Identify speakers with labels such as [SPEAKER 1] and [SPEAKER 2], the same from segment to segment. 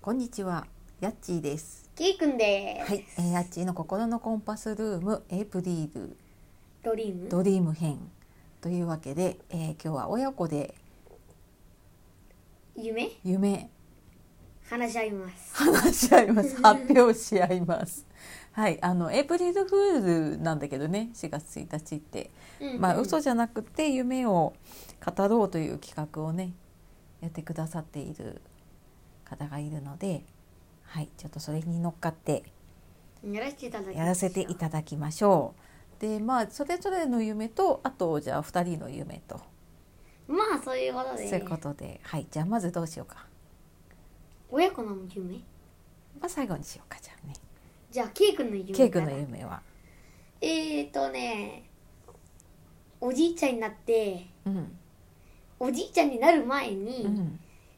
[SPEAKER 1] こんにちは、やっちーです。
[SPEAKER 2] キーくんです、
[SPEAKER 1] はい、えー、やっちーの心のコンパスルームエイプリール
[SPEAKER 2] ドリーム
[SPEAKER 1] ドリーム編というわけで、えー今日は親子で
[SPEAKER 2] 夢
[SPEAKER 1] 夢
[SPEAKER 2] 話し合います
[SPEAKER 1] 話し合い ます。発表し合います。はい、あのエイプリルフールなんだけどね、4月1日って、まあ嘘
[SPEAKER 2] じ
[SPEAKER 1] じゃなくて夢を語ろうという企画をね、やってくださっている方がいるので、はい、ちょっとそれに乗っかって。
[SPEAKER 2] やらせていただきましょう
[SPEAKER 1] やらせていただきましょう。でまあそれぞれの夢とあとじゃあ2人の夢と、
[SPEAKER 2] まあそういうことで
[SPEAKER 1] そういうことではいじゃあまずどうしようか、
[SPEAKER 2] 親子の夢
[SPEAKER 1] まあ、最後にしようかじゃあね
[SPEAKER 2] じゃあキーくんの夢
[SPEAKER 1] ケイ君の夢は、
[SPEAKER 2] えーとねおじいちゃんになって
[SPEAKER 1] うん
[SPEAKER 2] おじいちゃんになる前に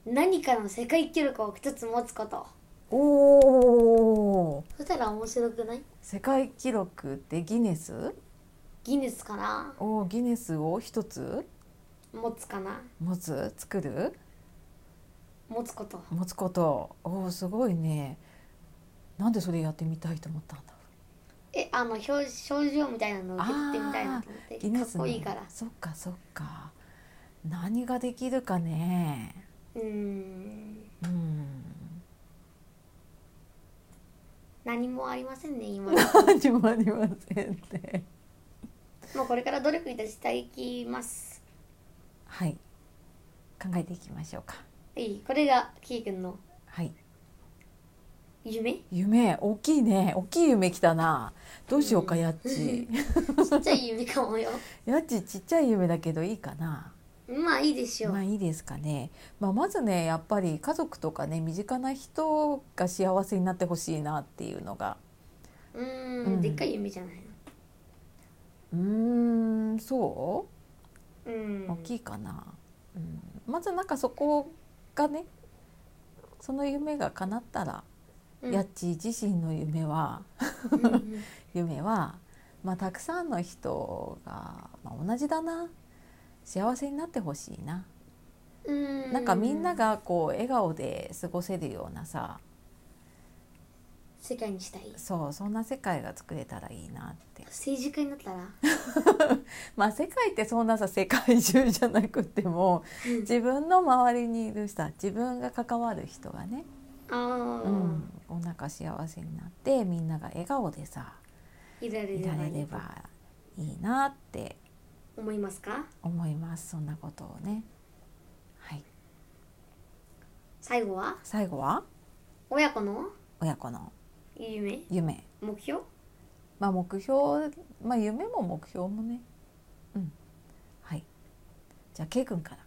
[SPEAKER 1] う、ん、
[SPEAKER 2] 何かの世界記録を一つ持つこと
[SPEAKER 1] おー
[SPEAKER 2] そしたら面白くない
[SPEAKER 1] 世界記録でギネス
[SPEAKER 2] ギネスかな
[SPEAKER 1] おーギネスを一つ
[SPEAKER 2] 持つかな
[SPEAKER 1] 持つ作る
[SPEAKER 2] 持つこと
[SPEAKER 1] 持つことおーすごいねなんでそれやってみたいと思ったんだろ
[SPEAKER 2] えあの表症状みたいなのを受け取ってみたいなと思
[SPEAKER 1] うギネ
[SPEAKER 2] って
[SPEAKER 1] ス
[SPEAKER 2] かっこいい
[SPEAKER 1] の
[SPEAKER 2] から
[SPEAKER 1] そっかそっか何ができるかね
[SPEAKER 2] うーん
[SPEAKER 1] うん
[SPEAKER 2] 何もありませんね今
[SPEAKER 1] 始まりませんね。
[SPEAKER 2] もうこれから努力いたしていきます
[SPEAKER 1] はい。考えていきましょうか。
[SPEAKER 2] はいこれがキーくんの
[SPEAKER 1] はい。
[SPEAKER 2] 夢ち
[SPEAKER 1] 夢、大きいね。大きい夢来たな。どうしようか、
[SPEAKER 2] うん
[SPEAKER 1] やっち。
[SPEAKER 2] っちゃい夢かもよ
[SPEAKER 1] やっち、ちっちゃい夢だけどいいかな。
[SPEAKER 2] まあいいでしょう、
[SPEAKER 1] まあいいですかね。まあまずね、やっぱり家族とかね、身近な人が幸せになってほしいなっていうのが。
[SPEAKER 2] うーん
[SPEAKER 1] うん
[SPEAKER 2] でっかい夢じゃないの
[SPEAKER 1] うーん、そうう
[SPEAKER 2] ーん
[SPEAKER 1] 大きいかな。うん、まずなんかそこがね、その夢が叶ったら、
[SPEAKER 2] うん
[SPEAKER 1] やっち自身の夢は、
[SPEAKER 2] うんうん
[SPEAKER 1] 夢は、まあ、たくさんの人が、まあ、同じだな幸せになってほしいな、
[SPEAKER 2] うー ん
[SPEAKER 1] なんかみんながこう笑顔で過ごせるようなさ
[SPEAKER 2] 世界にしたい
[SPEAKER 1] そうそんな世界が作れたらいいなって
[SPEAKER 2] 政治家になったら
[SPEAKER 1] まあ世界ってそんなさ世界中じゃなくても自分の周りにいるさ自分が関わる人がね、
[SPEAKER 2] ああ、
[SPEAKER 1] うん、お腹幸せになってみんなが笑顔でさ
[SPEAKER 2] いられ
[SPEAKER 1] い
[SPEAKER 2] れば
[SPEAKER 1] ら
[SPEAKER 2] い
[SPEAKER 1] れれ
[SPEAKER 2] いと
[SPEAKER 1] ばいいなって
[SPEAKER 2] 思いますか
[SPEAKER 1] 思いますそんなことをね。はい、
[SPEAKER 2] 最後は
[SPEAKER 1] 最後は
[SPEAKER 2] 親子の
[SPEAKER 1] 親子の
[SPEAKER 2] 夢
[SPEAKER 1] 夢
[SPEAKER 2] 目標
[SPEAKER 1] まあ目標まあ夢も目標もねうんはいじゃあ K 君から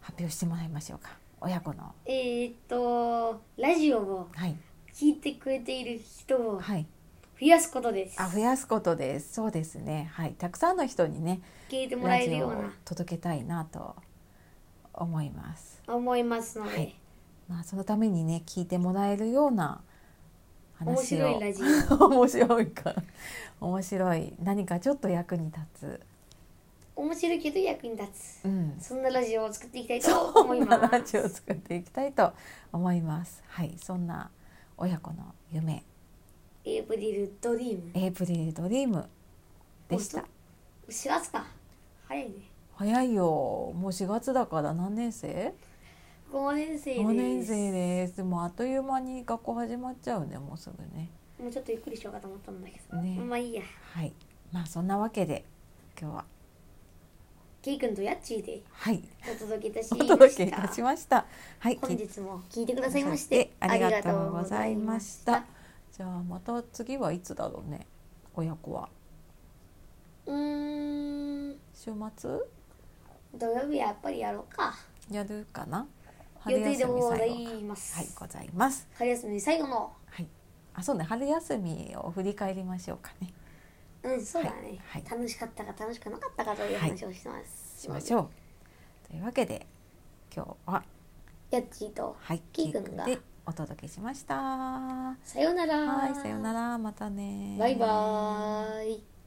[SPEAKER 1] 発表してもらいましょうか親子の
[SPEAKER 2] えー、っとラジオを
[SPEAKER 1] はい
[SPEAKER 2] 聞いてくれている人を
[SPEAKER 1] はい
[SPEAKER 2] 増やすことです
[SPEAKER 1] あ増やすことですそうですねはいたくさんの人にね
[SPEAKER 2] 聞いてもら
[SPEAKER 1] ラ
[SPEAKER 2] える
[SPEAKER 1] ジオ
[SPEAKER 2] よ
[SPEAKER 1] を
[SPEAKER 2] う
[SPEAKER 1] 届けたいなと思います
[SPEAKER 2] な思いますので、
[SPEAKER 1] はいまあそのためにね聞いてもらえるような
[SPEAKER 2] 面
[SPEAKER 1] 話
[SPEAKER 2] 白
[SPEAKER 1] を
[SPEAKER 2] いラジ オ
[SPEAKER 1] 面白いか面白い何かちょっと役に立つ
[SPEAKER 2] 面白いけど役に立つ
[SPEAKER 1] うん
[SPEAKER 2] そんなラジオを作っていきたいと
[SPEAKER 1] そ
[SPEAKER 2] 思い
[SPEAKER 1] ん
[SPEAKER 2] ま
[SPEAKER 1] な
[SPEAKER 2] す
[SPEAKER 1] ラジオを作っていきたいと思います。はい、そんな親子の夢、
[SPEAKER 2] エイプリルドリーム
[SPEAKER 1] エイプリルドリームでした。
[SPEAKER 2] 4月か早いね
[SPEAKER 1] 早いよ、もう4月だから何年生
[SPEAKER 2] 5年生です
[SPEAKER 1] ?5 年生です。でもあっという間に学校始まっちゃうね、もうすぐね。
[SPEAKER 2] もうちょっとゆっくりしようかと思ったんだけど、
[SPEAKER 1] ね
[SPEAKER 2] まあいいや
[SPEAKER 1] はい、まあそんなわけで今日は、
[SPEAKER 2] ケイ君とヤッチーで
[SPEAKER 1] はい、
[SPEAKER 2] お届けいたし
[SPEAKER 1] お
[SPEAKER 2] ま
[SPEAKER 1] 届けい
[SPEAKER 2] した
[SPEAKER 1] し
[SPEAKER 2] た
[SPEAKER 1] ました。はい、
[SPEAKER 2] 本
[SPEAKER 1] 聞いて
[SPEAKER 2] 日も聞いてくださいまして
[SPEAKER 1] ありがとうございまし
[SPEAKER 2] あり
[SPEAKER 1] た
[SPEAKER 2] がとうございま。
[SPEAKER 1] じゃあまた次はいつだろうね、親子は。
[SPEAKER 2] うーん
[SPEAKER 1] 週末
[SPEAKER 2] 土曜日はやっぱりやろうか
[SPEAKER 1] やるかな
[SPEAKER 2] 予定でござ
[SPEAKER 1] 最
[SPEAKER 2] い
[SPEAKER 1] 後か
[SPEAKER 2] ます、
[SPEAKER 1] はいございます
[SPEAKER 2] 春休み最後の
[SPEAKER 1] はいあそうね春休みを振り返りましょうかね
[SPEAKER 2] うん、そうだ
[SPEAKER 1] は
[SPEAKER 2] ね、
[SPEAKER 1] いはい
[SPEAKER 2] 楽しかったか楽しくなかったかという話をしてます。
[SPEAKER 1] しましょうというわけで今日は
[SPEAKER 2] やっちーと、
[SPEAKER 1] はい
[SPEAKER 2] キーくんが
[SPEAKER 1] でお届けしましたは
[SPEAKER 2] さようなら。
[SPEAKER 1] いさようならまたね
[SPEAKER 2] バイバーイ。